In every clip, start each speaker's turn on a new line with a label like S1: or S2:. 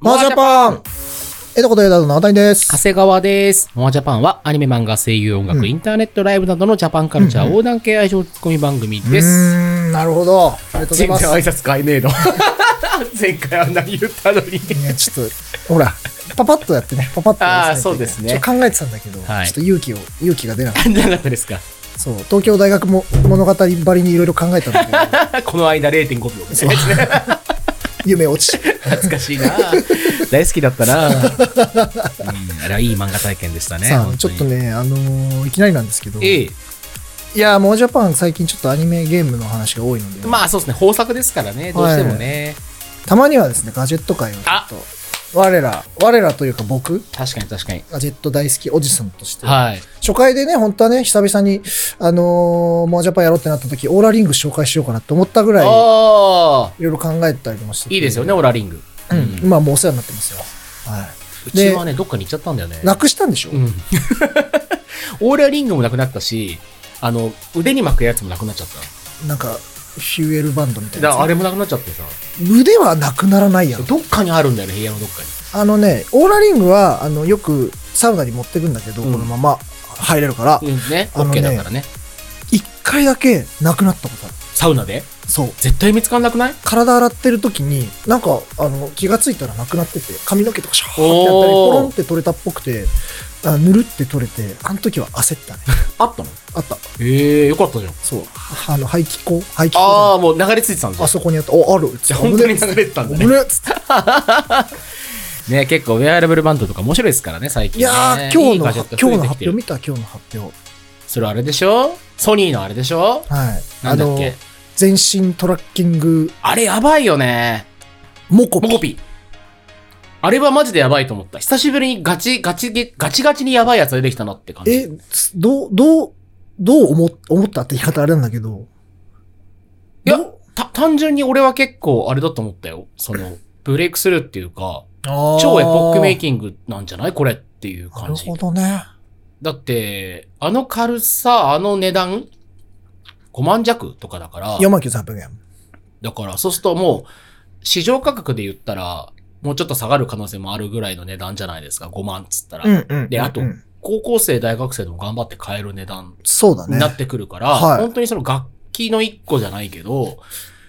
S1: モアジャパンえのことえだの中谷です。
S2: 長谷川です。モアジャパンはアニメ漫画、声優、音楽、
S1: うん
S2: インターネットライブなどのジャパンカルチャー横断系愛称ツッコミ番組
S1: う
S2: です。
S1: ーん、なるほど。ありがとうございます。
S2: 拶変えねえの。前回あんなに言ったのに。
S1: いや、ちょっと、ほら、パパッとやってね、パパッとやらないと
S2: あーそうですね
S1: ちょっと考えてたんだけど、
S2: はい
S1: ちょっと勇気を、勇気が出なかっ
S2: なかったですか
S1: た。そう、東京大学も物語ばりにいろいろ考えたん だけど、
S2: この間0.5秒みたいな。
S1: 夢落ち。
S2: 懐かしいな大好きだったな、うん、あれはいい漫画体験でしたね。
S1: さあ、
S2: 本
S1: ち
S2: 当
S1: ょっ
S2: に
S1: と。ね、あのーいきなりなんですけど、
S2: え
S1: い
S2: え。
S1: や、モアジャパン最近ちょっとアニメゲームの話が多いので、
S2: まあそうですね。豊作ですからね。どうしてもね。
S1: たまにはですね、ガジェット界をちょっと、我ら、我らというか僕、
S2: 確かに確かに。
S1: ガジェット大好きおじさんとして、
S2: はい。
S1: 初回でね、本当はね、久々に、あのー、モアジャパンやろうってなった時、オーラリング紹介しようかなと思ったぐらい、い
S2: ああ。
S1: ろいろ考えてたりもしてて
S2: いいですよね、。オラリング。
S1: う
S2: うん
S1: ん。今もうお世話になってますよ。は
S2: うちはね、どっかに行っちゃったんだよね
S1: い。。なくしたんでしょ、
S2: うん。 オーラリングもなくなったし、あの、腕に巻くやつもなくなっちゃっ
S1: なんか、ヒューエルバンドみた
S2: た。
S1: い
S2: だ
S1: な
S2: からあ
S1: や
S2: れもなくなっちゃってさ、
S1: つ。腕はなくならないやろ。
S2: どっかにあるんだよね、部屋のどっかに。
S1: あのね、オーラリングは、あの、よくサウナに持ってくんだけど、
S2: うん
S1: このまま入れるから、
S2: うんね、
S1: あのね
S2: OK だからね。
S1: 一、回だけなくなったことある。
S2: サウナで
S1: そう。
S2: 絶対見つかんなくない
S1: 体洗ってる時に、なんか、あの、気がついたらなくなってて、髪の毛とかシャーってやったり、
S2: おー
S1: ポロンって取れたっぽくて、あぬるって取れて、あの時は焦ったね。
S2: あったの
S1: あった。
S2: ええよかったじゃん。
S1: そう。あの、排気口排気口
S2: ああ、もう流れ着いてたんです
S1: あ
S2: よ。
S1: そこにあった。お、ある。
S2: じゃあ本当に流れてた んだ
S1: 危
S2: ね。
S1: ねっつって
S2: ね、結構ウェアラブルバンドとか面白いですからね、最近、
S1: い
S2: ね。
S1: やー、今日の、
S2: いいガジェ
S1: 今
S2: ット
S1: 日
S2: 増え
S1: の
S2: てき
S1: 発表
S2: てる
S1: 見た今日の発表。
S2: それあれでしょソニーのあれでしょ
S1: はい。
S2: なんだっけ
S1: あの、全身トラッキング、
S2: あれやばいよね。
S1: モコ
S2: モコピ。あれはマジでやばいと思った。久しぶりにガチ、ガチゲ、ガチガチにやばいやつが出てきたなって感じ。
S1: え、どう、どう、どう思っ思ったって言い方あれなんだけど。
S2: いや
S1: どう、
S2: た、単純に俺は結構あれだと思ったよ。その、ブレイクスルーっていうか、超エポックメイキングなんじゃないこれってい
S1: な
S2: う感
S1: る
S2: じ
S1: ほ。どね。
S2: だって、あの軽さ、あの値段、5万弱とかだから、
S1: 4万9300円。
S2: だから、そうするともう、市場価格で言ったら、もうちょっと下がる可能性もあるぐらいの値段じゃないですか、5万っつったら。
S1: うんうん
S2: であと
S1: うん
S2: 高校生、大学生でも頑張って買える値段
S1: そうだね。
S2: なってくるから、
S1: はい
S2: 本当にその楽器の一個じゃないけど、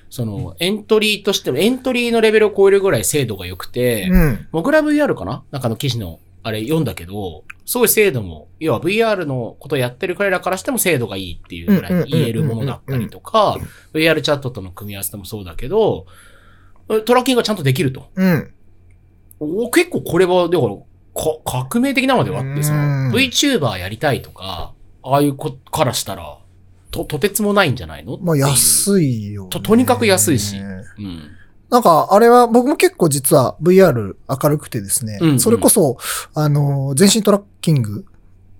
S2: そのエントリーとしての、エントリーのレベルを超えるぐらい精度が良くて、
S1: うん。
S2: モグラ VR かななんかの記事の、あれ読んだけど、すごい精度も、要は VR のことをやってる彼らからしても精度がいいっていうぐらい言えるものだったりとか、VR チャットとの組み合わせでもそうだけど、トラッキングがちゃんとできると。
S1: うん。
S2: お結構これは、だから、か革命的なのではあってさ、
S1: うん
S2: VTuber やりたいとか、ああいう子からしたら、と、とてつもないんじゃないの
S1: まあ
S2: い
S1: 安いよ、ね。
S2: ととにかく安いし
S1: な
S2: う。うん。
S1: んか、あれは、僕も結構実は VR 明るくてですね、
S2: うんうん
S1: それこそ、あの、全身トラッキング、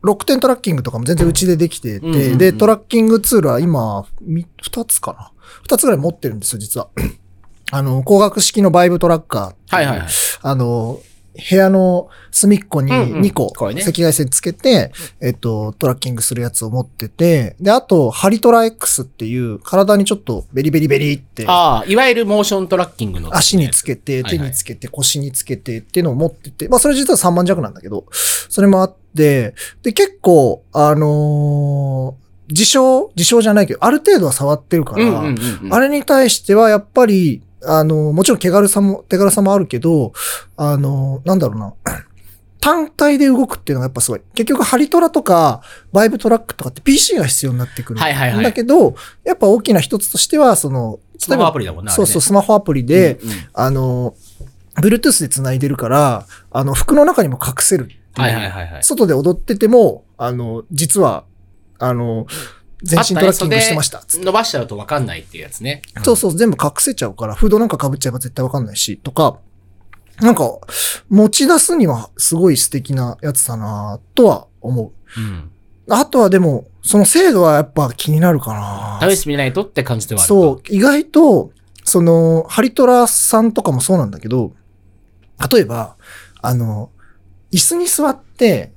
S1: 6点トラッキングとかも全然うちでできてて、
S2: うんうんうん
S1: で、トラッキングツールは今、み2つかな ?2 つぐらい持ってるんですよ、実は。 あの、光学式のバイブトラッカーってう
S2: はいはいはい。
S1: あの、部屋の赤外に
S2: うんうん
S1: 2個、
S2: これね
S1: 赤外線つけて、えっと、トラッキングするやつを持ってて、で、あと、ハリトラ X っていう、体にちょっとベリベリベリって、
S2: ああ、いわゆるモーショントラッキングの。
S1: 足につけて、
S2: はいはい
S1: 手につけて、腰につけてっていうのを持ってて、まあ、それ実は3万弱なんだけど、それもあって、で、結構、あのー自称、自称じゃないけど、ある程度は触ってるから、
S2: うんうんうんうん。
S1: あれに対しては、やっぱり、あの、もちろん手軽さも、手軽さもあるけど、あの、なんだろうな。 単体で動くっていうのがやっぱすごい。結局、ハリトラとか、バイブトラックとかって PC が必要になってくる。
S2: はいはいはい
S1: んだけど、やっぱ大きな一つとしては、その、
S2: スマホアプリだもんな。
S1: そうそう、
S2: あ
S1: スマホアプリ
S2: れね
S1: で、あの、Bluetooth で繋いでるから、あの、服の中にも隠せるっていう。
S2: はいはいはいはい。
S1: 外で踊ってても、あの、実は、あの、全身トラッキングしてました。つって
S2: 伸ばしちゃうと分かんないっていうやつね。
S1: そうそう、全部隠せちゃうから、フードなんか被っちゃえば絶対わかんないし、とか、なんか、持ち出すにはすごい素敵なやつだなとは思
S2: うん。
S1: う。あとはでも、その精度はやっぱ気になるかな
S2: 試してみないとって感じではある。
S1: そう、意外と、その、ハリトラさんとかもそうなんだけど、例えば、あの、椅子に座って、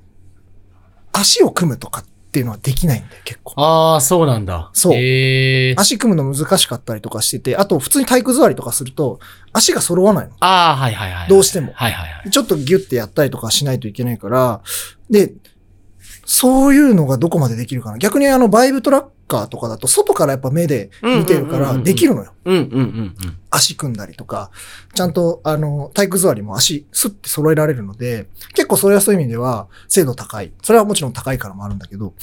S1: 足を組むとかっっていうのはできないんだよ、結構。
S2: ああ、そうなんだ。
S1: そう
S2: へえー。
S1: 足組むの難しかったりとかしてて、あと普通に体育座りとかすると、足が揃わないの。
S2: ああ、はいはいはい。
S1: どうしても
S2: はいはいはい。
S1: ちょっとギュッてやったりとかしないといけないから、で、そういうのがどこまでできるかな。逆にあの、バイブトラッカーとかだと、外からやっぱ目で見てるか
S2: うんうんうんうん
S1: ら、
S2: うん
S1: できるのよ。
S2: うんうんうんうん。
S1: 足組んだりとか、ちゃんと、あの、体育座りも足、スッて揃えられるので、結構それはそういう意味では、精度高い。それはもちろん高いからもあるんだけど、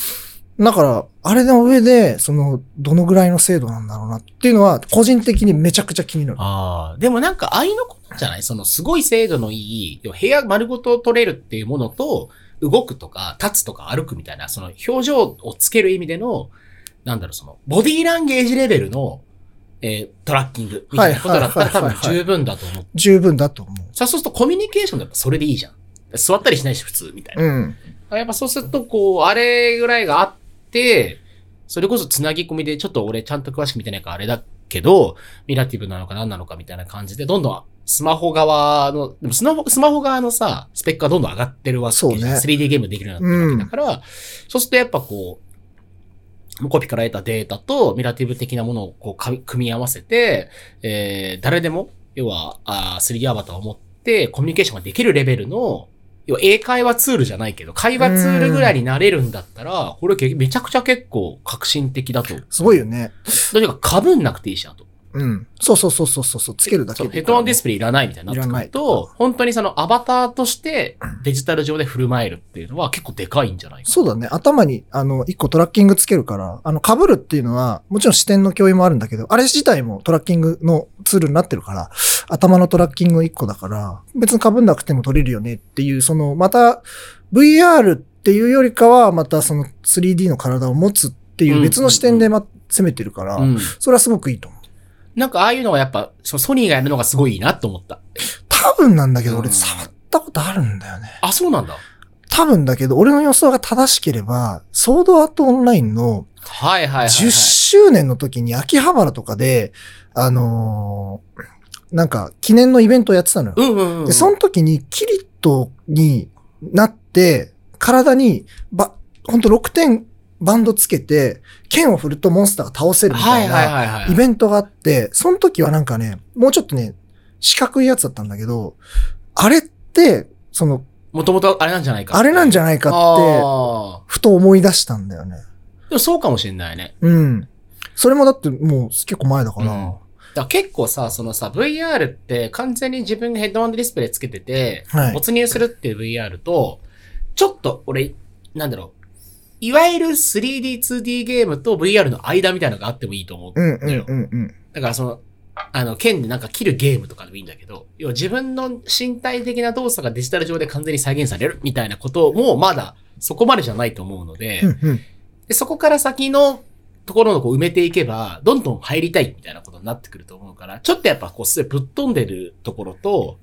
S1: だから、あれの上で、その、どのぐらいの精度なんだろうなっていうのは、個人的にめちゃくちゃ気になる。
S2: ああ、でもなんか、愛のことじゃないその、すごい精度のいい、要は部屋丸ごと取れるっていうものと、動くとか、立つとか歩くみたいな、その、表情をつける意味での、なんだろう、その、ボディーランゲージレベルの、えートラッキングみたいなことだった
S1: はい
S2: ら多
S1: はいはいはい
S2: 分十分だと思う。
S1: 十分だと思う。
S2: さあそうするとコミュニケーションだったらそれでいいじゃん。座ったりしないし、普通みたいな。
S1: うん。
S2: やっぱそうすると、こう、あれぐらいがあって、それこそつなぎ込みで、ちょっと俺ちゃんと詳しく見てないからあれだけど、ミラティブなのか何なのかみたいな感じで、どんどんスマホ側の、でもスマホ、スマホ側のさ、スペックがどんどん上がってるわけじゃん
S1: そうね
S2: 3D ゲームできるようになってるわけだから、そうするとやっぱこう、ムコピから得たデータとミラティブ的なものをこうか組み合わせて、えー、誰でも、要は、あー 3D アバターを持ってコミュニケーションができるレベルの、要は英会話ツールじゃないけど、会話ツールぐらいになれるんだったら、これけめちゃくちゃ結構革新的だと。
S1: すごいよね。
S2: とにかく被んなくていいしなと。
S1: うん。そうそうそうそうそうそう、つけるだけ
S2: そう
S1: でい
S2: ヘ
S1: い
S2: ッ
S1: か
S2: ド
S1: ら
S2: マ
S1: ね
S2: ウントディスプレイいらないみたいになってく
S1: いらな
S2: る
S1: い
S2: と、本当にそのアバターとしてデジタル上で振る舞えるっていうのは結構でかいんじゃないかな。
S1: そうだね。頭に、あの、一個トラッキングつけるから、あの、被るっていうのは、もちろん視点の共有もあるんだけど、あれ自体もトラッキングのツールになってるから、頭のトラッキング一個だから、別に被んなくても取れるよねっていう、その、また、VR っていうよりかは、またその 3D の体を持つっていう別の視点で、ま、攻めてるから、
S2: うん。
S1: それはすごくいいと思う。
S2: なんかああいうのはやっぱ、そのソニーがやるのがすごいいいなと思った。
S1: 多分なんだけど、
S2: う
S1: 俺
S2: ん
S1: 触ったことあるんだよね。
S2: あ、そうなんだ。
S1: 多分だけど、俺の予想が正しければ、ソードアートオンラインの、
S2: はいはいはい、はい。
S1: 10周年の時に秋葉原とかで、あのーなんか記念のイベントをやってたのよ。
S2: うんうんうん。
S1: で、その時にキリットになって、体にば、ほんと6点バンドつけて、剣を振るとモンスターが倒せるみ
S2: は
S1: た
S2: い
S1: い
S2: はい
S1: な
S2: はいはい。
S1: イベントがあって、その時はなんかね、もうちょっとね、四角いやつだったんだけど、あれって、その、
S2: もともとあれなんじゃないか。
S1: あれなんじ
S2: ゃ
S1: ゃない
S2: な
S1: かって、
S2: あ
S1: ふと思い出したんだよね。
S2: ーでもそうかもしれないね。
S1: うん。それもだってもう結構前だから。
S2: うんだから結構さ、そのさ、VR って完全に自分がヘッドマウントディスプレイつけてて、
S1: はい
S2: 没入するっていう VR と、ちょっと俺、なんだろう、いわゆる 3D、2D ゲームと VR の間みたいなのがあってもいいと思う。
S1: うんうんうんうん。
S2: だからその、あの、剣でなんか切るゲームとかでもいいんだけど、要は自分の身体的な動作がデジタル上で完全に再現されるみたいなこともまだそこまでじゃないと思うので、
S1: うんうん
S2: で、そこから先のところをこう埋めていけば、どんどん入りたいみたいなことになってくると思うから、ちょっとやっぱこうすごいぶっ飛んでるところと、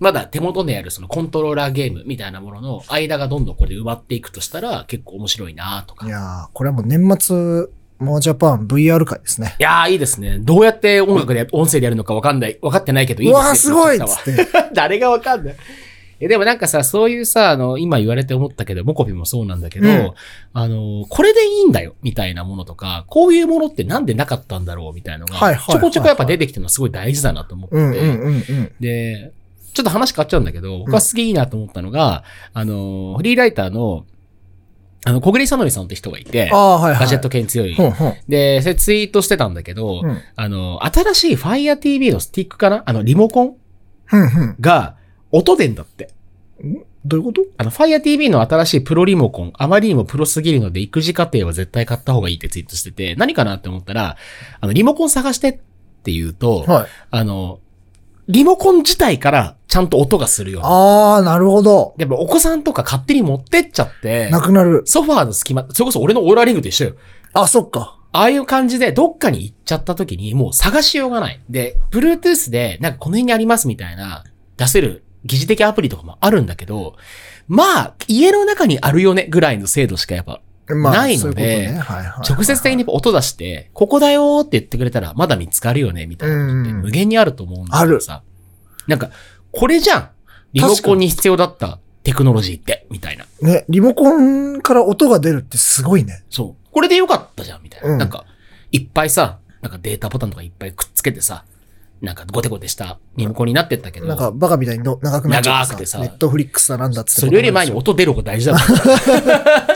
S2: まだ手元にあるそのコントローラーゲームみたいなものの間がどんどんこれで埋まっていくとしたら結構面白いなとか。
S1: い
S2: いや
S1: やー、これはもう年末、モアジャパン VR 会ですね。
S2: ーいいですね。どうやって音楽で、音声でやるのかわかんない、わかってないけどいいうですね。
S1: わー、すごいっ
S2: わ
S1: つって。
S2: 誰がわかんない。え、でもなんかさ、そういうさ、あの、今言われて思ったけど、モコピもそうなんだけど、
S1: うん
S2: あの、これでいいんだよ、みたいなものとか、こういうものってなんでなかったんだろう、みたいなの
S1: はい
S2: が、
S1: はいはい
S2: ちょこちょこやっぱ出てきてるのはすごい大事だなと思って、
S1: うんうんうんうん。
S2: で、ちょっと話変わっちゃうんだけど、僕はすげえいいなと思ったのが、あの、フリーライターの、あの、小栗さのりさんって人がいて
S1: あ、あ、はいはい。
S2: ガジェット系に強い。
S1: ほんほん。
S2: で、それツイートしてたんだけど、
S1: うん
S2: あの、新しい Fire TV のスティックかなあの、リモコン
S1: ふんふん。
S2: が、音でんだって。
S1: どういうこと
S2: あの、Fire TV の新しいプロリモコン、あまりにもプロすぎるので、育児家庭は絶対買った方がいいってツイートしてて、何かなって思ったら、あの、リモコン探してって言うと、
S1: はい。
S2: あの、リモコン自体からちゃんと音がするように。
S1: ああ、なるほど。
S2: でもお子さんとか勝手に持ってっちゃって、
S1: なくなる。
S2: ソファーの隙間、それこそ俺のオーラーリングと一緒よ。
S1: あ、そっか。
S2: ああいう感じで、どっかに行っちゃった時に、もう探しようがない。で、Bluetooth で、なんかこの辺にありますみたいな、出せる疑似的アプリとかもあるんだけど、まあ、家の中にあるよね、ぐらいの精度しかやっぱ、
S1: まあ、
S2: ない
S1: そう
S2: の
S1: いうこと
S2: で
S1: ね。はいはい。
S2: 直接的にやっぱ音出して、ここだよーって言ってくれたら、まだ見つかるよね、みたいなことって
S1: うん
S2: 無限にあると思うんだけどさ。なんか、これじゃんリモコンに必要だったテクノロジーって、みたいな。
S1: ね、リモコンから音が出るってすごいね。
S2: そう。これでよかったじゃん、みたいな。
S1: うん
S2: なんか、いっぱいさ、なんかデータボタンとかいっぱいくっつけてさ、なんかゴテゴテしたリモコンになってったけど、
S1: なんか、バカみたいにの長くなっちゃって
S2: 長くてさ
S1: ネットフリックスだなんだっつって。
S2: それより前に音出る方が大事だもん。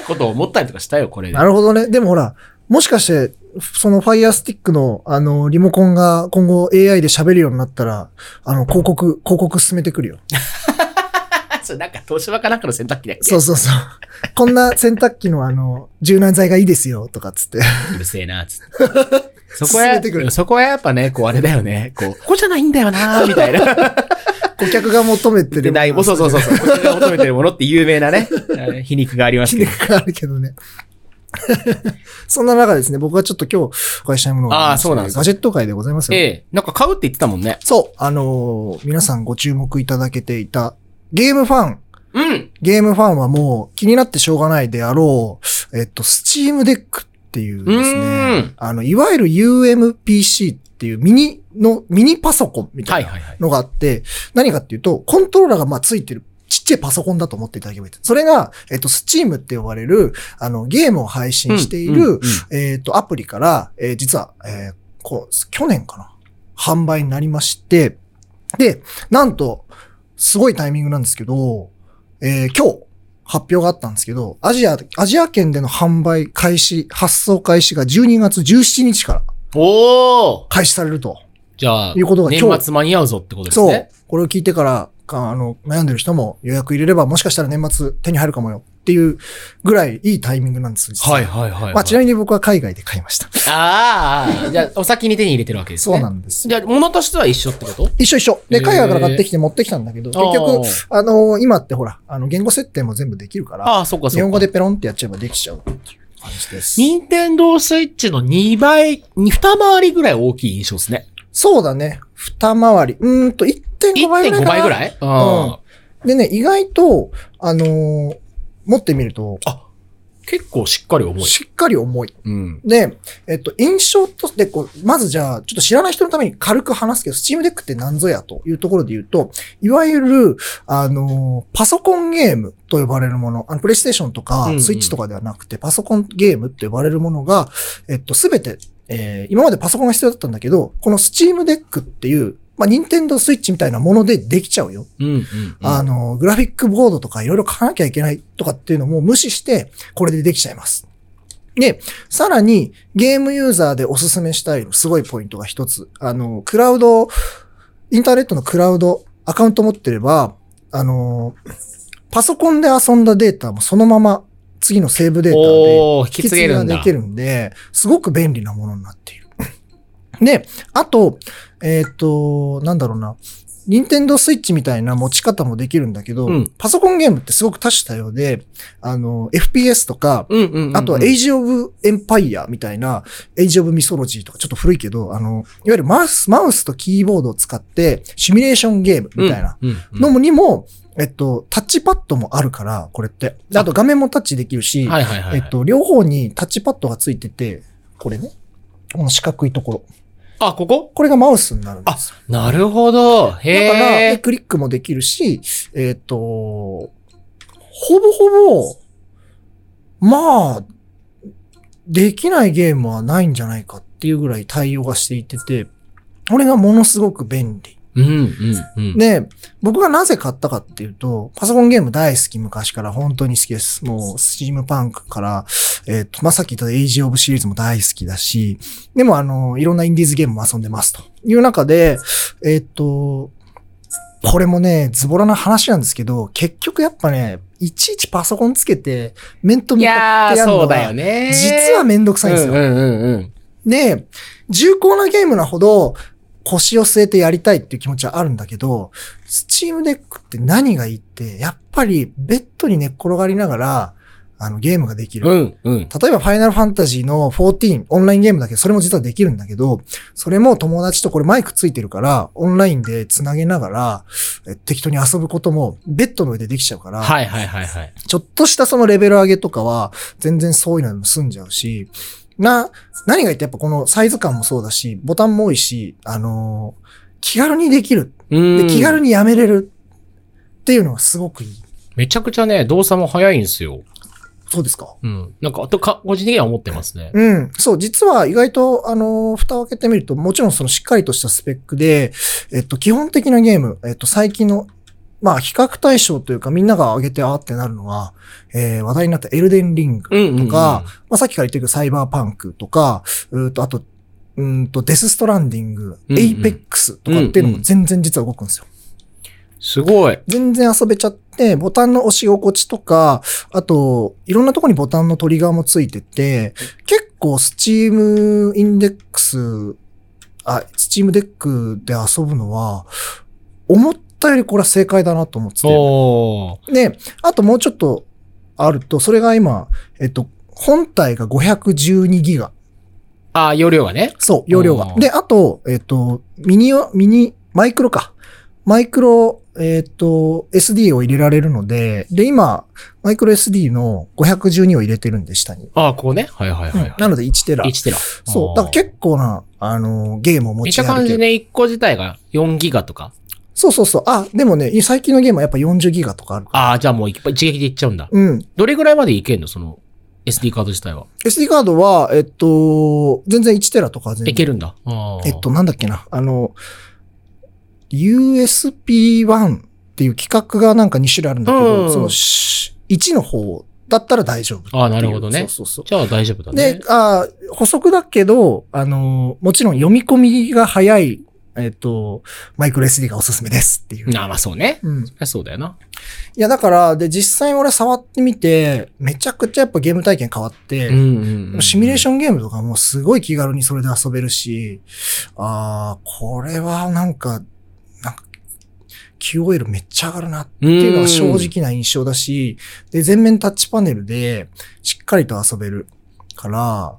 S2: ことを思ったりとかしたよ、これで
S1: な。るほどね。でもほら、もしかして、その Fire Stick の、あの、リモコンが今後 AI で喋るようになったら、あの、広告、広告進めてくるよ。
S2: それなんか東芝かなんかの洗濯機だっけ
S1: そうそうそう。こんな洗濯機のあの、柔軟剤がいいですよ、とかっつって。
S2: うるせえな、つって。そこ は
S1: 進めてくる
S2: そこはやっぱね、こうあれだよね。こう、ここじゃないんだよ な、みたいな。
S1: 顧客が求めて
S2: で、
S1: る。
S2: ない、そうそう そうそう。こっちが求めてるものって有名なね、えー皮肉があります
S1: ひ
S2: け
S1: ね
S2: ど。
S1: があるけどね。そんな中ですね、僕はちょっと今日お会いしたいものがりまして
S2: あーそうなんです
S1: ガジェット界でございますよ。
S2: ええ、なんか買うって言ってたもんね。
S1: そう、あのー皆さんご注目いただけていたゲームファン、
S2: うん。
S1: ゲームファンはもう気になってしょうがないであろう、えっと、スチームデックっていうです
S2: うー
S1: ね
S2: ん、
S1: あの、いわゆる UMPC っていうミニの、ミニパソコンみた
S2: はいい
S1: な
S2: はいはい。
S1: のがあって、何かっていうと、コントローラーがまあついてる。ちっちゃいパソコンだと思っていただければいいです。それが、えっと、スチームって呼ばれる、あの、ゲームを配信している、
S2: うんうんうん
S1: えっ、と、アプリから、えー実は、えーこう、去年かな販売になりまして、で、なんと、すごいタイミングなんですけど、えー今日、発表があったんですけど、アジア、アジア圏での販売開始、発送開始が12月17日から
S2: おー
S1: 開始されると。
S2: じゃあ、
S1: いうことが今日
S2: 年末間に合うぞってことです
S1: そう
S2: ね。。
S1: これを聞いてから、かあの、悩んでる人も予約入れれば、もしかしたら年末手に入るかもよっていうぐらいいいタイミングなんですよ。実
S2: はいはいはいはい。
S1: まあ、ちなみに僕は海外で買いました。
S2: あーあー、じゃあ、お先に手に入れてるわけですね。
S1: そうなんです。
S2: じゃあ、物としては一緒ってこと
S1: 一緒一緒。
S2: へ
S1: で、
S2: ー
S1: 海外から買ってきて持ってきたんだけど、結局、あのー今ってほら、あの、言語設定も全部できるから、
S2: ああ、そっかそっか。
S1: 日本語でペロンってやっちゃえばできちゃうっていう感じです。
S2: ニンテンドースイッチの2倍、二回りぐらい大きい印象ですね。
S1: そうだね。二回り。うーんと、1.5倍ぐらいかな。
S2: 1.5倍ぐらいあ
S1: でね、意外と、あのー持ってみると、
S2: ー結構しっかり重い。
S1: しっかり重い。
S2: うん。
S1: で、えっと、印象として、こう、まずじゃあ、ちょっと知らない人のために軽く話すけど、Steam Deck って何ぞやというところで言うと、いわゆる、あのーパソコンゲームと呼ばれるもの、あの、プレイステーションと
S2: うん
S1: か
S2: う、ん
S1: スイッチとかではなくて、パソコンゲームって呼ばれるものが、えっと、すべて、えー今までパソコンが必要だったんだけど、この Steam Deck っていう、まあ、ニンテンドースイッチみたいなものでできちゃうよ
S2: うんうん、うん。
S1: あの、グラフィックボードとかいろいろ書かなきゃいけないとかっていうのも無視して、これでできちゃいます。で、さらに、ゲームユーザーでおすすめしたいすごいポイントが一つ。あの、クラウド、インターネットのクラウド、アカウント持ってれば、あの、パソコンで遊んだデータもそのまま次のセーブデータで
S2: おー、引き継げるん
S1: が
S2: だ。
S1: できるんで、すごく便利なものになっている。 で、あと、えっ、と、なんだろうな。任天堂スイッチみたいな持ち方もできるんだけど、
S2: うん
S1: パソコンゲームってすごく多種多様で、あの、FPS とか、
S2: うんうんうんうん。
S1: あとは、エイジ・オブ・エンパイアみたいな、エイジ・オブ・ミソロジーとか、ちょっと古いけど、あの、いわゆるマウス、マウスとキーボードを使って、シミュレーションゲームみたいな、
S2: うん。うん
S1: のもにも、えっと、タッチパッドもあるから、これって。であと画面もタッチできるし、
S2: はいはいはいは
S1: え
S2: い。
S1: っと、両方にタッチパッドがついてて、これね。この四角いところ。
S2: あ、ここ
S1: これがマウスになるんで
S2: あ
S1: す。、
S2: なるほど。へ
S1: だから、で
S2: え。
S1: クリックもできるし、えっ、と、ほぼほぼ、まあ、できないゲームはないんじゃないかっていうぐらい対応がしていてて、これがものすごく便利。
S2: うんうんうん。
S1: で、僕がなぜ買ったかっていうと、パソコンゲーム大好き、昔から本当に好きです。もう、スチームパンクから、えっ、と、まあ、さっき言ったエイジオブシリーズも大好きだし、でもあの、いろんなインディーズゲームも遊んでますという中で、えっ、と、これもね、ズボラな話なんですけど、結局やっぱね、いちいちパソコンつけて、面と
S2: い
S1: 向か
S2: や
S1: ってや
S2: ー、
S1: る
S2: そ
S1: の
S2: うだよ
S1: が、
S2: ね。
S1: 実はめんどくさいんですよ。
S2: うんうんうんうん。
S1: で、重厚なゲームなほど腰を据えてやりたいっていう気持ちはあるんだけど、スチームデックって何がいいって、やっぱりベッドに寝っ転がりながら、あのゲームができる。
S2: うんうん。
S1: 例えば、ファイナルファンタジーの14、オンラインゲームだけど、それも実はできるんだけど、それも友達とこれマイクついてるから、オンラインで繋げながら、え適当に遊ぶことも、ベッドの上でできちゃうから、
S2: はいはいはいはい。
S1: ちょっとしたそのレベル上げとかは、全然そういうのでも済んじゃうし、な、何が言ってやっぱこのサイズ感もそうだし、ボタンも多いし、あのー気軽にできる。
S2: うん。
S1: で、気軽にやめれるっていうのがすごくいい。
S2: めちゃくちゃね、動作も早いんですよ。
S1: そうですか。
S2: うん。なんか、あとか、個人的には思ってますね。
S1: うん。そう、実は意外と、あのー蓋を開けてみると、もちろんそのしっかりとしたスペックで、えっと、基本的なゲーム、えっと、最近の、まあ、比較対象というか、みんなが上げて、あーってなるのは、えー、話題になったエルデンリング、
S2: うんうん、うん。
S1: とか、まあ、さっきから言ってるサイバーパンクとか、うーと、あと、うーんと、デスストランディング、
S2: うんうん
S1: エイペックスとかっていうのも全然実は動くんですよ。
S2: すごい。
S1: 全然遊べちゃって、ボタンの押し心地とか、あと、いろんなとこにボタンのトリガーもついてて、結構スチームインデックス、あ、スチームデックで遊ぶのは、思ったよりこれは正解だなと思ってて。
S2: おー。
S1: で、あともうちょっとあると、それが今、えっと、本体が512ギガ。
S2: あー、容量がね。
S1: そう、容量が
S2: う。ん
S1: で、あと、えっ、と、ミニを、ミニ、マイクロか。マイクロ、えっ、と、SD を入れられるので、で、今、マイクロ SD の512を入れてるんで、下に。
S2: あー、ここね。はいはいはい、はい
S1: なので1テラ。
S2: 1テラ。
S1: そ
S2: あ
S1: う。
S2: ー
S1: だから結構な、あの、ゲームを持
S2: 見
S1: ち
S2: た感
S1: 歩け
S2: じ
S1: る。
S2: ね、1個自体が4ギガとか。
S1: そうそうそう。あ、でもね、最近のゲームはやっぱ40ギガとかある。
S2: ああ、じゃあもういっぱい一撃でいっちゃうんだ。
S1: うん。
S2: どれぐらいまでいけんのその SD カード自体は。
S1: SD カードは、えっと、全然1テラとかは全
S2: い
S1: 然
S2: けるんだ。あー
S1: えっと、なんだっけな、あの、USP1 っていう規格がなんか2種類あるんだけど、
S2: うん
S1: そのし1の方だったら大丈夫っていう
S2: あーなるほどね
S1: そうそうそ
S2: じゃあ大丈夫だ
S1: う。で
S2: ね。、
S1: あー補足だけど、あのー、もちろん読み込みが早い、えっと、マイクロ SD がおすすめですっていう。
S2: ああ、まあそうね。
S1: うん。
S2: そりゃそうだよな。
S1: いや、だから、で、実際俺触ってみて、めちゃくちゃやっぱゲーム体験変わって、
S2: ん
S1: シミュレーシ
S2: ョン。
S1: ョンゲームとかもすごい気軽にそれで遊べるし、ああ、これはなんか、なんか、QOL めっちゃ上がるなって
S2: って
S1: いうのが正直な印象だし、で、全面タッチパネルでしっかりと遊べるから、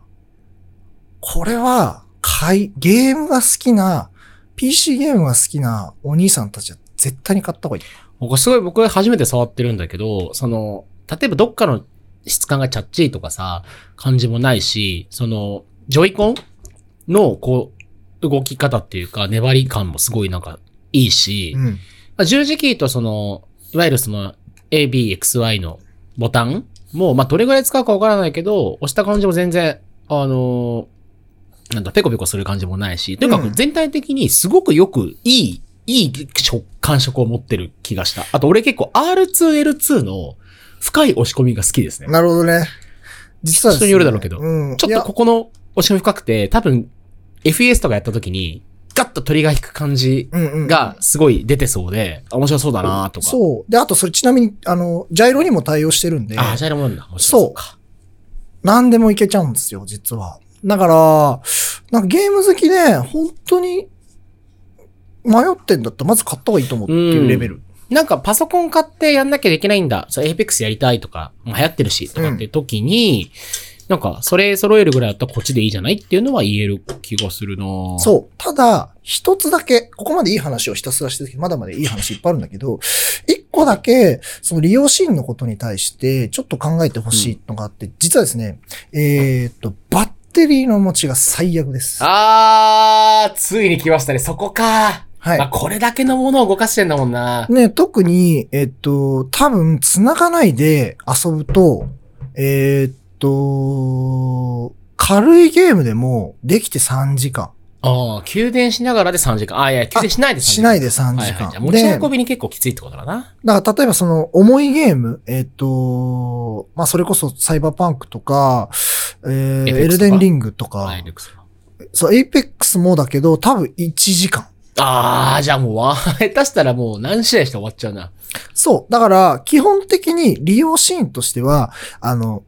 S1: これは、買い、ゲームが好きな、PC ゲームが好きなお兄さんたちは絶対に買った方がいい。
S2: 僕すごい僕初めて触ってるんだけど、その、例えばどっかの質感がチャッチーとかさ、感じもないし、その、ジョイコンのこう、動き方っていうか、粘り感もすごいなんかいいし、
S1: うん。
S2: まあ、十字キーとその、いわゆるその ABXY のボタンも、まあ、どれぐらい使うかわからないけど、押した感じも全然、あのーなんだ、ペコペコする感じもないし、とにかく全体的にすごくよくいい、いい食感触を持ってる気がした。あと俺結構 R2L2 の深い押し込みが好きですね。
S1: なるほどね。実はですね、
S2: 人によるだろうけど
S1: うん。
S2: ちょ
S1: い
S2: っと
S1: や
S2: ここの押し込み深くて、多分 FES とかやった時に、ガッと鳥が引く感じ
S1: うんうん、
S2: がすごい出てそうで、面白そうだなとか。
S1: そう。で、あと、それちなみに、あの、ジャイロにも対応してるんで、
S2: あ、ジャイロもなんだ。
S1: そう
S2: か。
S1: 何でもいけちゃうんですよ、実は。だから、なんかゲーム好きで、本当に、迷ってんだったら、まず買った方がいいと思うっていうレベル。
S2: なんかパソコン買ってやんなきゃできないんだ。そう、エイペックスやりたいとか、まあ流行ってるし、とかって時に、なんか、それ揃えるぐらいだったらこっちでいいじゃないっていうのは言える気がするなう。
S1: そう。ただ、一つだけ、ここまでいい話をひたすらしてるけど、まだまだいい話いっぱいあるんだけど、一個だけ、その利用シーンのことに対して、ちょっと考えてほしいのがあって、実はですね、えーっと、バッテリーの持ちが最悪です。
S2: あー、ついに来ましたね。そこか。
S1: はい。
S2: まあ、これだけのものを動かしてんだもんな。
S1: ね、特に、えっと、多分、繋がないで遊ぶと、えーっと、軽いゲームでも、できて3時間。
S2: ああ、給電しながらで3時間。あーいや、給電しないで3時間。
S1: しないで3時
S2: はいはい
S1: 間。
S2: じゃあ持
S1: で、
S2: ち運びに結構きついってことだな。
S1: だから、例えばその、重いゲーム、えっと、まあ、それこそ、サイバーパンクとか、えー、
S2: FX
S1: エルデンリングとか
S2: は、い、ルクスは
S1: そう、エイペックスもだけど、多分1時間。
S2: あー、じゃあもうわ、下手したらもう何試合して終わっちゃうな。
S1: そう。だから、基本的に利用シーンとしては、あの、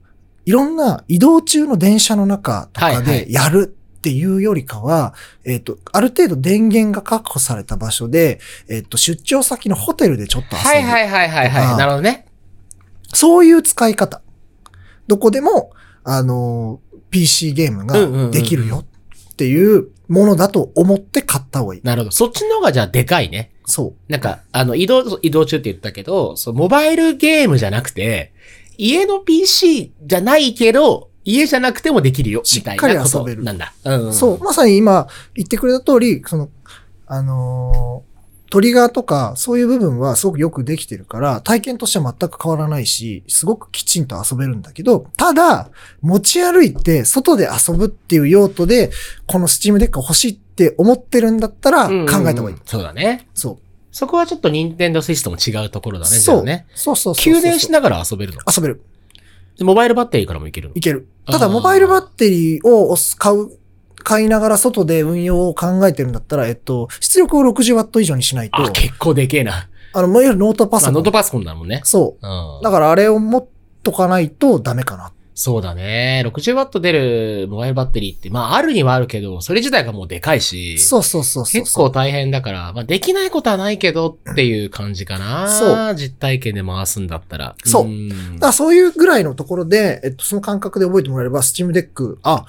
S1: いろんな移動中の電車の中とか
S2: はいは
S1: でやるっていうよりかは、えっ、と、ある程度電源が確保された場所で、えっ、と、出張先のホテルでちょっと遊ぶ。
S2: はいはいはいはい
S1: あ
S2: は
S1: ー
S2: い。なるほどね。
S1: そういう使い方。どこでも、あの、PC ゲーム
S2: うんうんうんう
S1: が
S2: ん
S1: できるよっていうものだと思って買った方がいい。
S2: なるほど。そっちの方がじゃあでかいね。
S1: そう。
S2: なんか、あの、移動、移動中って言ったけど、そう、モバイルゲームじゃなくて、家の PC じゃないけど、家じゃなくてもできるよ、みたいなこ
S1: しっか
S2: と
S1: り遊べる
S2: なんだ。うん、
S1: そう、。まさに今言ってくれた通り、その、あのートリガーとか、そういう部分はすごくよくできてるから、体験としては全く変わらないし、すごくきちんと遊べるんだけど、ただ、持ち歩いて、外で遊ぶっていう用途で、このスチームデックが欲しいって思ってるんだったら、考えた方がいい。
S2: うんうんうんそうだね。
S1: そう。
S2: そこはちょっと任天堂スイッチとも違うところだね。
S1: そう
S2: じゃあね。
S1: そうそうそうそう。
S2: 給電しながら遊べるの。
S1: 遊べる。
S2: でモバイルバッテリーからもいけるの
S1: い。ける。
S2: あー
S1: ただ、モバイルバッテリーを買う、買いながら外で運用を考えてるんだったら、えっと、出力を 60W 以上にしないと、
S2: あ、結構でけえな。
S1: あの、いわゆるノートパ
S2: まあ、
S1: ソ
S2: ノ
S1: コ
S2: ー
S1: ン。
S2: トパソコンだもんね。
S1: そうう。
S2: ん。
S1: だから、あれを持っとかないとダメかな。
S2: そうだね。60W 出るモバイルバッテリーって、まあ、あるにはあるけど、それ自体がもうでかいし、
S1: そうそうそうそう。
S2: 結構大変だから、まあ、できないことはないけどっていう感じかな。。
S1: そう
S2: 実体験で回すんだったら。
S1: そう
S2: うん
S1: だからそういうぐらいのところで、えっと、その感覚で覚えてもらえれば、スチームデック、あ、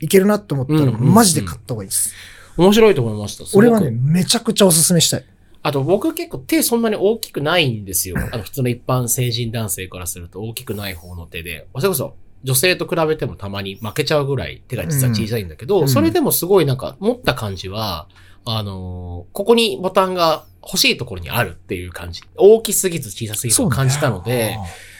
S1: いけるなと思ったら、
S2: うんうんうん
S1: マジで買った方がいいです。
S2: 面白いと思いました。すごく
S1: 俺はね、。めちゃくちゃおすすめしたい。
S2: あと僕結構手そんなに大きくないんですよ。あの普通の一般成人男性からすると大きくない方の手で。それこそ女性と比べてもたまに負けちゃうぐらい手が実は小さいんだけど、
S1: うん
S2: それでもすごいなんか持った感じは、あのーここにボタンが欲しいところにあるっていう感じ。大きすぎず小さすぎずを感じたので、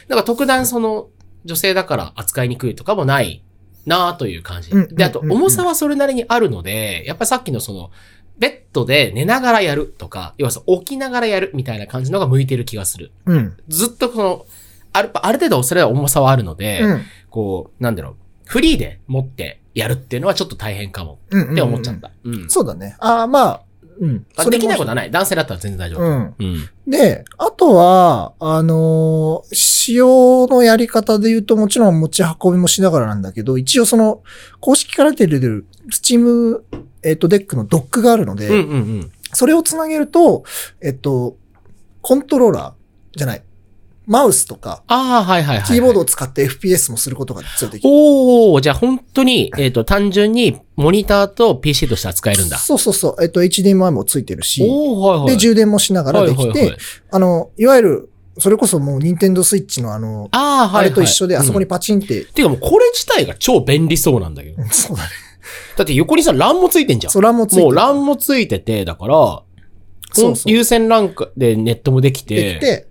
S2: なんか特段その女性だから扱いにくいとかもないなあという感じ
S1: うん。
S2: で、あと
S1: うんうん
S2: 重さはそれなりにあるので、やっぱりさっきのその、ベッドで寝ながらやるとか、要はその起きながらやるみたいな感じのが向いてる気がする。
S1: うん。うん。
S2: ずっとこの、ある、ある程度それは重さはあるので、
S1: うん。
S2: こう、なんだろう、フリーで持ってやるっていうのはちょっと大変かも
S1: うん。
S2: って思っちゃった。うん。
S1: そうだね。ああ、まあ、うん。
S2: まあ
S1: それ
S2: で
S1: も
S2: きないことはない。男性だったら全然大丈夫。
S1: うん。
S2: うん。
S1: で、あとは、あのー使用のやり方で言うと、もちろん持ち運びもしながらなんだけど、一応その、公式から出てる、スチーム、えっ、と、デックのドックがあるので、
S2: うんうんうん。
S1: それをつなげると、えっと、コントローラーじゃない、マウスとか、
S2: ああ、はいはいはい、はい。
S1: キーボードを使って FPS もすることが実はできる。
S2: おおじゃあ本当に、えっ、と、単純に、モニターと PC として扱えるんだ。
S1: そうそうそう。えっと、HDMI もついてるし、
S2: おおはいはい。
S1: で、充電もしながらでき
S2: はいはい
S1: て
S2: はい、、
S1: あの、いわゆる、それこそもう、ニンテンドースイッチのあの、
S2: ああ、はい、はい。
S1: あれと一緒で、あそこに
S2: うん
S1: パチンって、
S2: ていうかもうこれ自体が超便利そうなんだけど。
S1: そうだね。
S2: だって横にさ、欄もついてんじゃん。
S1: そう、ランもついてる
S2: もう欄もついてて、だから、
S1: そうそう
S2: 優先欄でネットもでき
S1: でき
S2: て。
S1: て、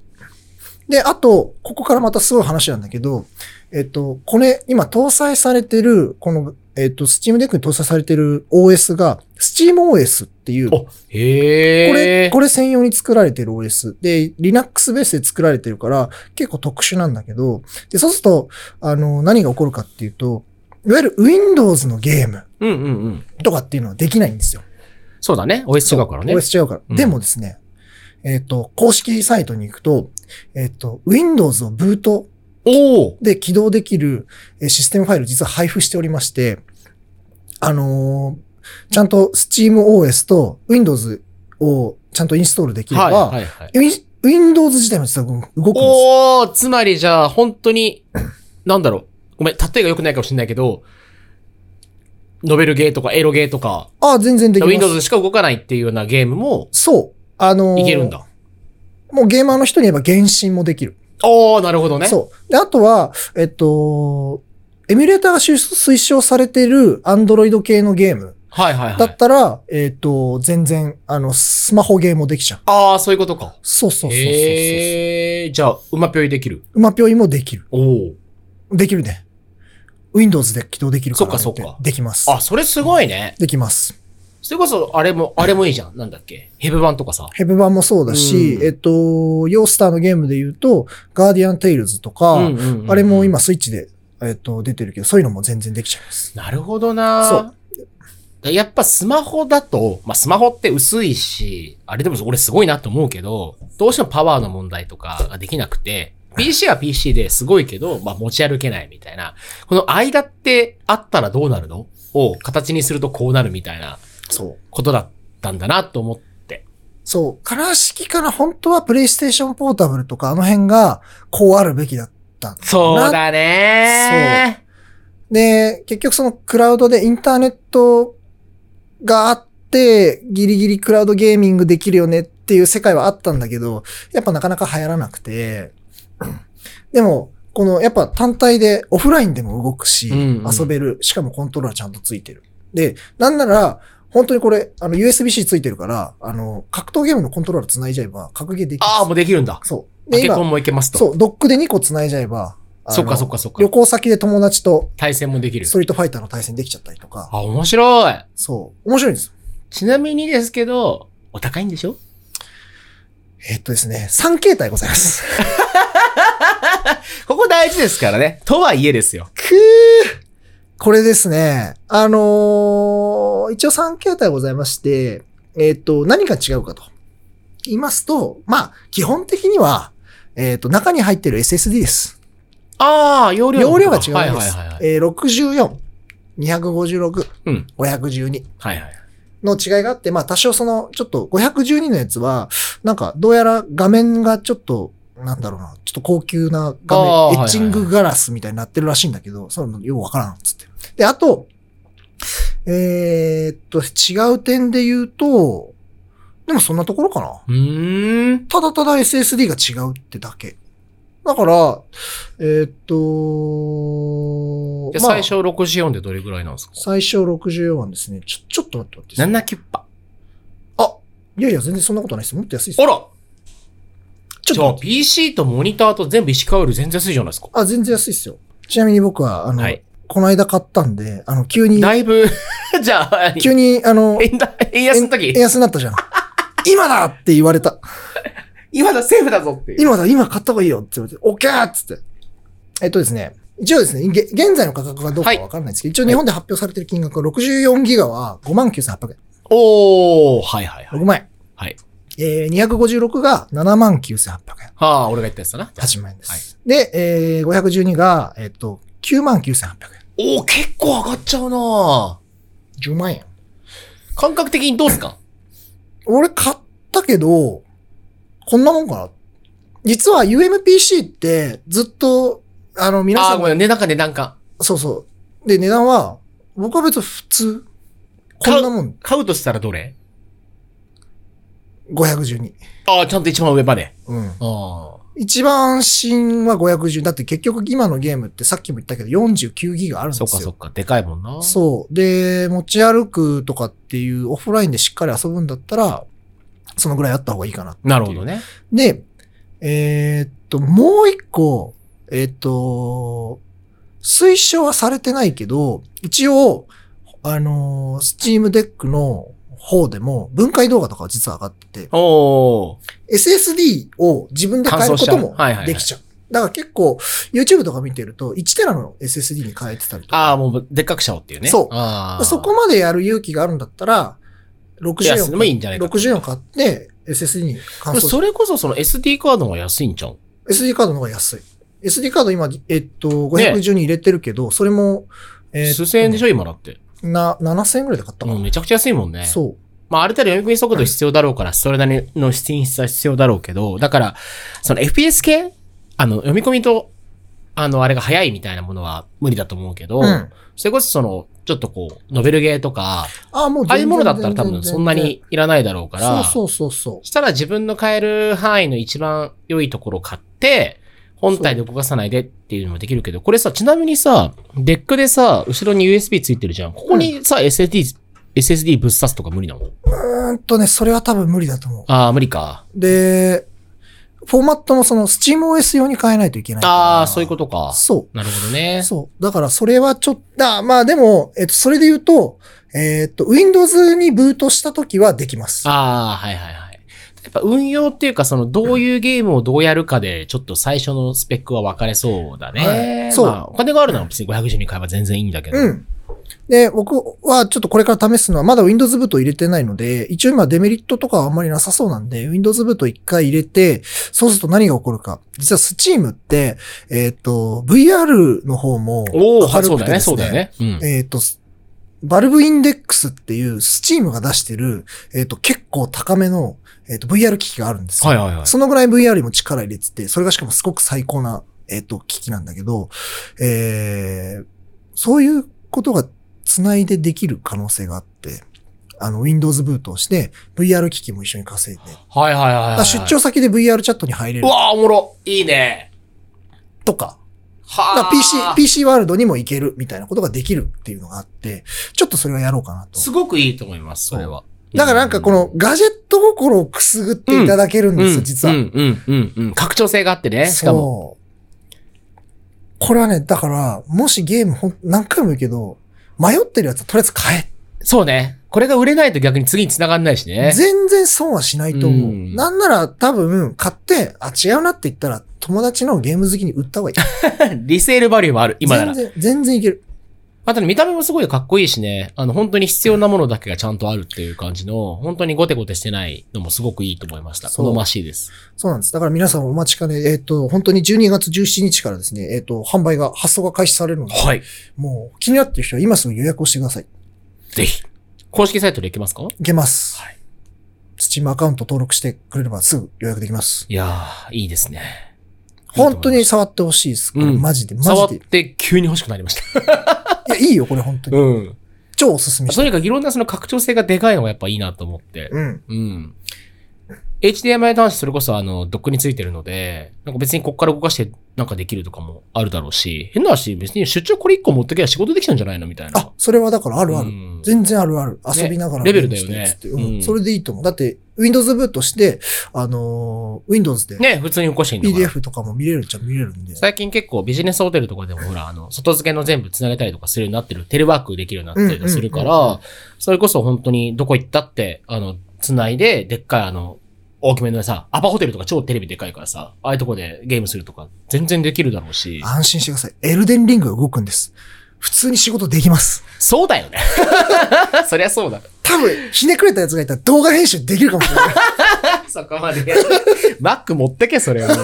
S1: で、あと、ここからまたすごい話なんだけど、えっと、これ、今搭載されてる、この、えっと、Steam Deck に搭載されてる OS が、SteamOS っていう、こ
S2: お、へえ。
S1: れ、これ専用に作られてる OS。で、Linux ベースで作られてるから、結構特殊なんだけど、で、そうすると、あの、何が起こるかっていうと、いわゆる Windows のゲーム
S2: うんうんうん。
S1: とかっていうのはできないんですよ。
S2: そうだね。OS 違うからね。
S1: OS 違うから。
S2: うん
S1: でもですね、えっ、と、公式サイトに行くと、えっ、と、Windows をブート
S2: おお
S1: で起動できるえーシステムファイル実は配布しておりまして、あのーちゃんと SteamOS と Windows をちゃんとインストールできれば、
S2: はいはいはい。
S1: ウィ Windows 自体も実は動くんです。
S2: おー、つまりじゃあ、本当に、なんだろう。ごめん、例えが良くないかもしれないけど、ノベルゲーとかエロゲーとか、
S1: ああ、全然できます。
S2: Windows でしか動かないっていうようなゲームも
S1: そう。あのー
S2: いけるんだ。
S1: もうゲーマーの人に言えば原神もできる。
S2: おー、なるほどね。
S1: そう。で、あとは、えっと、エミュレーターが推推奨されてるアンドロイド系のゲーム
S2: はいはいは
S1: だっ
S2: い。
S1: たら、えっと、全然、あの、スマホゲームもできちゃう。
S2: あー、そういうことか。
S1: そうそうそうそうそう。
S2: へー、じゃあ、馬ぴょいできる。
S1: 馬ぴょいもできる。
S2: おー。
S1: できるね。Windows で起動できるから、
S2: そっかそっか
S1: できます。
S2: あ、それすごいね。
S1: できます。
S2: それこそ、あれも、あれもいいじゃん。なんだっけ。ヘブ版とかさ。
S1: ヘブ版もそうだし、
S2: うん
S1: えっと、ヨースターのゲームで言うと、ガーディアンテイルズとか、
S2: うんうんうん
S1: あれも。今スイッチで、えっと、出てるけど、そういうのも全然できちゃいます。
S2: なるほどな
S1: そう
S2: だやっぱスマホだと、まあ、スマホって薄いし、あれでも俺すごいなと思うけど、どうしてもパワーの問題とかができなくて、PC は PC ですごいけど、まあ、持ち歩けないみたいな。この間ってあったらどうなるのを形にするとこうなるみたいな
S1: そう。
S2: ことだったんだなと思って。
S1: そう。倉敷から本当はプレイステーションポータブルとかあの辺がこうあるべきだった。
S2: そうだね
S1: で、結局そのクラウドでインターネットがあって、ギリギリクラウドゲーミングできるよねっていう世界はあったんだけど、やっぱなかなか流行らなくて。 でも、このやっぱ単体でオフラインでも動くし、
S2: うんうん
S1: 遊べる。しかもコントローラーちゃんとついてる。で、なんなら、本当にこれ、あの、USB-C ついてるから、あの、格闘ゲームのコントローラー繋いじゃえば、格ゲーできる。
S2: ああ、もうできるんだ。
S1: そう。
S2: パ
S1: で、
S2: ケコ
S1: 今、
S2: ンもいけますと。
S1: そう、ドックで2個繋いじゃえば、あの
S2: そっかそっかそっか
S1: 旅。行先で友達と
S2: 対戦もできる
S1: ス。トリートファイターの対戦できちゃったりとか、
S2: あ、面白い。
S1: そう、面白いんですよ。
S2: ちなみにですけど、お高いんでしょ
S1: えっとですね、3形態ございます。
S2: ここ大事ですからね。とはいえですよ。
S1: くーこれですね、あのー一応3形態ございまして、えっ、と、何が違うかと言いますと、まあ、基本的には、えっ、と、中に入ってる SSD です。
S2: ああ、容量の
S1: 容
S2: こと
S1: 量が違うんです。
S2: はいはいはいはい。
S1: えー64、256、
S2: うん
S1: 512
S2: はいはい。
S1: の違いがあって、まあ、多少その、ちょっと512のやつは、なんか、どうやら画面がちょっと、なんだろうな、ちょっと高級な画面
S2: あーはい、
S1: エ
S2: はい
S1: ッチングガラスみたいになってるらしいんだけど、それもよくわからん、つって。で、あと、えーっと、違う点で言うと、でもそんなところかな。
S2: うーん。
S1: ただただ SSD が違うってだけ。だから、えーっと、
S2: で、
S1: まあ
S2: 最初64でどれぐらいなんですか
S1: 最小64はですね、ちょ、ちょっと待って待って。
S2: ?7 キュッパ。
S1: あ、いやいや、全然そんなことないです。もっと安いです
S2: あ。ら
S1: ちょっ
S2: じ
S1: と
S2: ゃ
S1: 待
S2: あ
S1: って
S2: PC とモニターと全部石川より全然安いじゃないですか。
S1: あ、全然安いっすよ。ちなみに僕は、あの、
S2: はい
S1: この間買ったんで、あの、急に、
S2: だいぶ、 じゃあ、
S1: 急に、あの、
S2: 円だ円安の
S1: 円
S2: 時、
S1: 安になった じゃん。今だって言われた。
S2: 今だ、セーフだぞっていう。
S1: 今だ、今買った方がいいよって言われて、オッケーっつって。えっとですね、一応ですね、げ現在の価格がどうかわかんないんですけど、一応日本で発表されてる金額は64ギガは59,800円。
S2: おー、はいはいはい。
S1: 6万円。
S2: はい。
S1: えー、256が79,800円。
S2: ああ、俺が言ったやつだな。
S1: 8万円です。で、えー、512が、えっと、99,800円。
S2: おー、結構上がっちゃうな
S1: 10万円。
S2: 感覚的にどうすか
S1: 俺買ったけど、こんなもんかな。実は UMPC ってずっと、あの皆
S2: あ
S1: さ
S2: あ、
S1: ん
S2: ごめん、値段か値段か。
S1: そうそう。で、値段は、僕は別に普通。こんなもん、
S2: 買うとしたらどれ
S1: 512。
S2: ああ、ちゃんと一番上まで。
S1: うん。
S2: ああ。
S1: 一番新は510。だって結局今のゲームってさっきも言ったけど49ギガあるんです
S2: そ
S1: よ。
S2: っかそっか、でかいもんな。
S1: そう。で、持ち歩くとかっていうオフラインでしっかり遊ぶんだったら、そのぐらいあった方がいいかな
S2: なるほどね。
S1: で、えーっと、もう一個、えーっと、推奨はされてないけど、一応、あのー、スチームデックの方でも、分解動画とかは実は上がってて、
S2: おー。
S1: SSD を自分で変えることも
S2: 乾燥しちゃうはいはいはい
S1: できちゃう。だから結構、YouTube とか見てると、1テラの SSD に変えてたりと
S2: ああ、
S1: か、
S2: もう、でっかくしちゃおうっていうね。
S1: そう
S2: ああ。
S1: そこまでやる勇気があるんだったら、
S2: 安いのもいい
S1: 64
S2: んじゃないかと
S1: 64買って SSD に換装して
S2: それこそその SD カードの方が安いんちゃう
S1: SD カードの方が安い。SD カード今、えっと、510に入れてるけど、それも、えーっと
S2: 数千円でしょ今だって。
S1: な、7000円ぐらいで買ったか
S2: う
S1: な、
S2: ん、めちゃくちゃ安いもんね。
S1: そう。
S2: まあ、ある程度読み込み速度必要だろうから、それなりの品質は必要だろうけど、だから、その FPS 系あの、読み込みと、あの、あれが早いみたいなものは無理だと思うけど、
S1: うん。
S2: それこそその、ちょっとこう、ノベルゲーとか、
S1: あ、もう
S2: ああいうものだったら
S1: 全
S2: 多
S1: 然
S2: 分そんなにいらないだろうか
S1: 全然
S2: ら、
S1: そうそうそう
S2: したら自分の買える範囲の一番良いところを買って、本体で動かさないでっていうのもできるけど、これさ、ちなみにさ、デックでさ、後ろに USB ついてるじゃん。ここにさ、SSD、SSD ぶっ刺すとか無理なの
S1: そう。うーんとね、それは多分無理だと思
S2: ああ、無理か。
S1: う。で、フォーマットもその SteamOS 用に変えないといけないから。
S2: ああ、そういうことか。
S1: そ
S2: なるほど
S1: う。
S2: ね。
S1: そう。だからそれはちょっと、あまあでも、えっと、それで言うと、えっと、Windows にブートしたときはできます。
S2: ああ、はいはいはい。やっぱ運用っていうか、その、どういうゲームをどうやるかで、ちょっと最初のスペックは分かれそうだね。
S1: はいそう
S2: まあお金があるなら別に510に買えば全然いいんだけど。
S1: うん。で、僕はちょっとこれから試すのは、まだ Windows ブート入れてないので、一応今デメリットとかはあんまりなさそうなんで、Windows ブート一回入れて、そうすると何が起こるか。実は Steam って、えっ、と、VR の方も、
S2: おお、
S1: 軽
S2: そう
S1: く
S2: だ
S1: て
S2: ね、
S1: です
S2: そうだよ。ね。うん。
S1: えっ、と、バルブインデックスっていう Steam が出してる、えっ、と、結構高めの、えっ、と、VR 機器があるんですよ。
S2: はいはいはい。
S1: そのぐらい VR にも力入れてて、それがしかもすごく最高な、えっ、と、機器なんだけど、えー、そういうことが繋いでできる可能性があって、あの、Windows ブートをして、VR 機器も一緒に稼いで、
S2: はいはいはいはい、
S1: 出張先で VR チャットに入れ
S2: う
S1: る
S2: わーおもろいいね
S1: とか、だか
S2: は
S1: ら PC、PC ワールドにも行けるみたいなことができるっていうのがあって、ちょっとそれはやろうかなと。
S2: すごくいいと思います、それは。
S1: だからなんかこのガジェット心をくすぐっていただけるん
S2: う
S1: ですよ、
S2: ん、
S1: 実は。
S2: うん、うん、うん、うん。拡張性があってね、しかも。
S1: そう。これはね、だから、もしゲームほん、何回も言うけど、迷ってるやつはとりあえず買え。
S2: そうね。これが売れないと逆に次に繋がんないしね。
S1: 全然損はしないと思う。
S2: うん
S1: なんなら多分、買って、あ、違うなって言ったら、友達のゲーム好きに売った方がいい。
S2: リセールバリューもある、 今なら
S1: 全。然、全然いける。
S2: あとね、見た目もすごいかっこいいしね、あの、本当に必要なものだけがちゃんとあるっていう感じの、本当にゴテゴテしてないのもすごくいいと思いました。
S1: そう
S2: 好ましいです。
S1: そうなんです。だから皆さんお待ちかね、えっ、と、本当に12月17日からですね、えっ、と、販売が、発送が開始されるので、
S2: はい。
S1: もう気になってる人は今すぐ予約をしてください。
S2: ぜひ。公式サイトで行けますか
S1: いけます。
S2: はい
S1: スチームアカウント登録してくれればすぐ予約できます。
S2: いやー、いいですね。
S1: 本当
S2: いい
S1: に
S2: と
S1: 触ってほしいです。これ
S2: うん
S1: マジで、マ
S2: 思います触
S1: ジ
S2: っ
S1: で。
S2: て急に欲しくなりました。
S1: いや、いいよ、これ本当に。
S2: うん。
S1: 超おすすめし
S2: とにかくいろんなその拡張性がでかいのがやっぱいいなと思って。
S1: うん。
S2: うん。HDMI 端子それこそあの、ドックについてるので、なんか別にこっから動かしてなんかできるとかもあるだろうし、変な話、別に出張これ1個持ってけば仕事できちゃうんじゃないのみたいな。
S1: あ、それはだからあるあ
S2: う
S1: る。
S2: ん
S1: 全然あるある。遊びながら、
S2: ねレベルだよね
S1: つってうん
S2: うん
S1: それでいいと思う。だって、Windows ブートして、あのー Windows で
S2: ね、普通に起こしていいんだから。
S1: PDF とかも見れるっちゃ見れるんで。
S2: 最近結構ビジネスホテルとかでもほら、あの、外付けの全部繋げたりとかするようになってる、テレワークできるようになったりとかする
S1: う
S2: か
S1: んうんうんうん
S2: ら、それこそ本当にどこ行ったって、あの、繋いで、でっかいあの、大きめのさ、アパホテルとか超テレビでかいからさ、ああいうとこでゲームするとか全然できるだろうし、
S1: 安心してください。エルデンリングが動くんです。普通に仕事できます。
S2: そうだよね。 そりゃそうだ。
S1: 多分、ひねくれたやつがいたら動画編集できるかもしれ ない。
S2: そこまで。Mac 持ってけ、それは。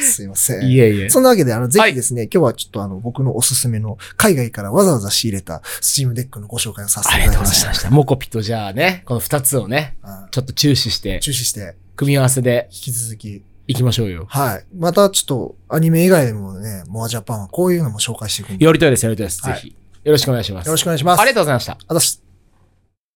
S1: すいません。
S2: いえいえ。
S1: そんなわけで、あの、ぜ
S2: は
S1: ひ
S2: い
S1: ですね、今日はちょっとあの、僕のおすすめの、海外からわざわざ仕入れた、スチームデックのご紹介をさせ
S2: あ
S1: て
S2: り
S1: いた
S2: が
S1: だきま
S2: とうござ
S1: し
S2: い
S1: た。
S2: ました。モコピとじゃあね、この二つをね、
S1: うん
S2: ちょっと注視して、
S1: 中止して、
S2: 組み合わせで
S1: 引き続き、
S2: いきましょうよ。
S1: はい。またちょっと、アニメ以外でもね、モアジャパンはこういうのも紹介していくんで、よ
S2: やりたいです、やりたいです。
S1: はい
S2: ぜひ。よろしくお願いします。
S1: ろしくお願いします。
S2: ありがとうございました。
S1: あざっす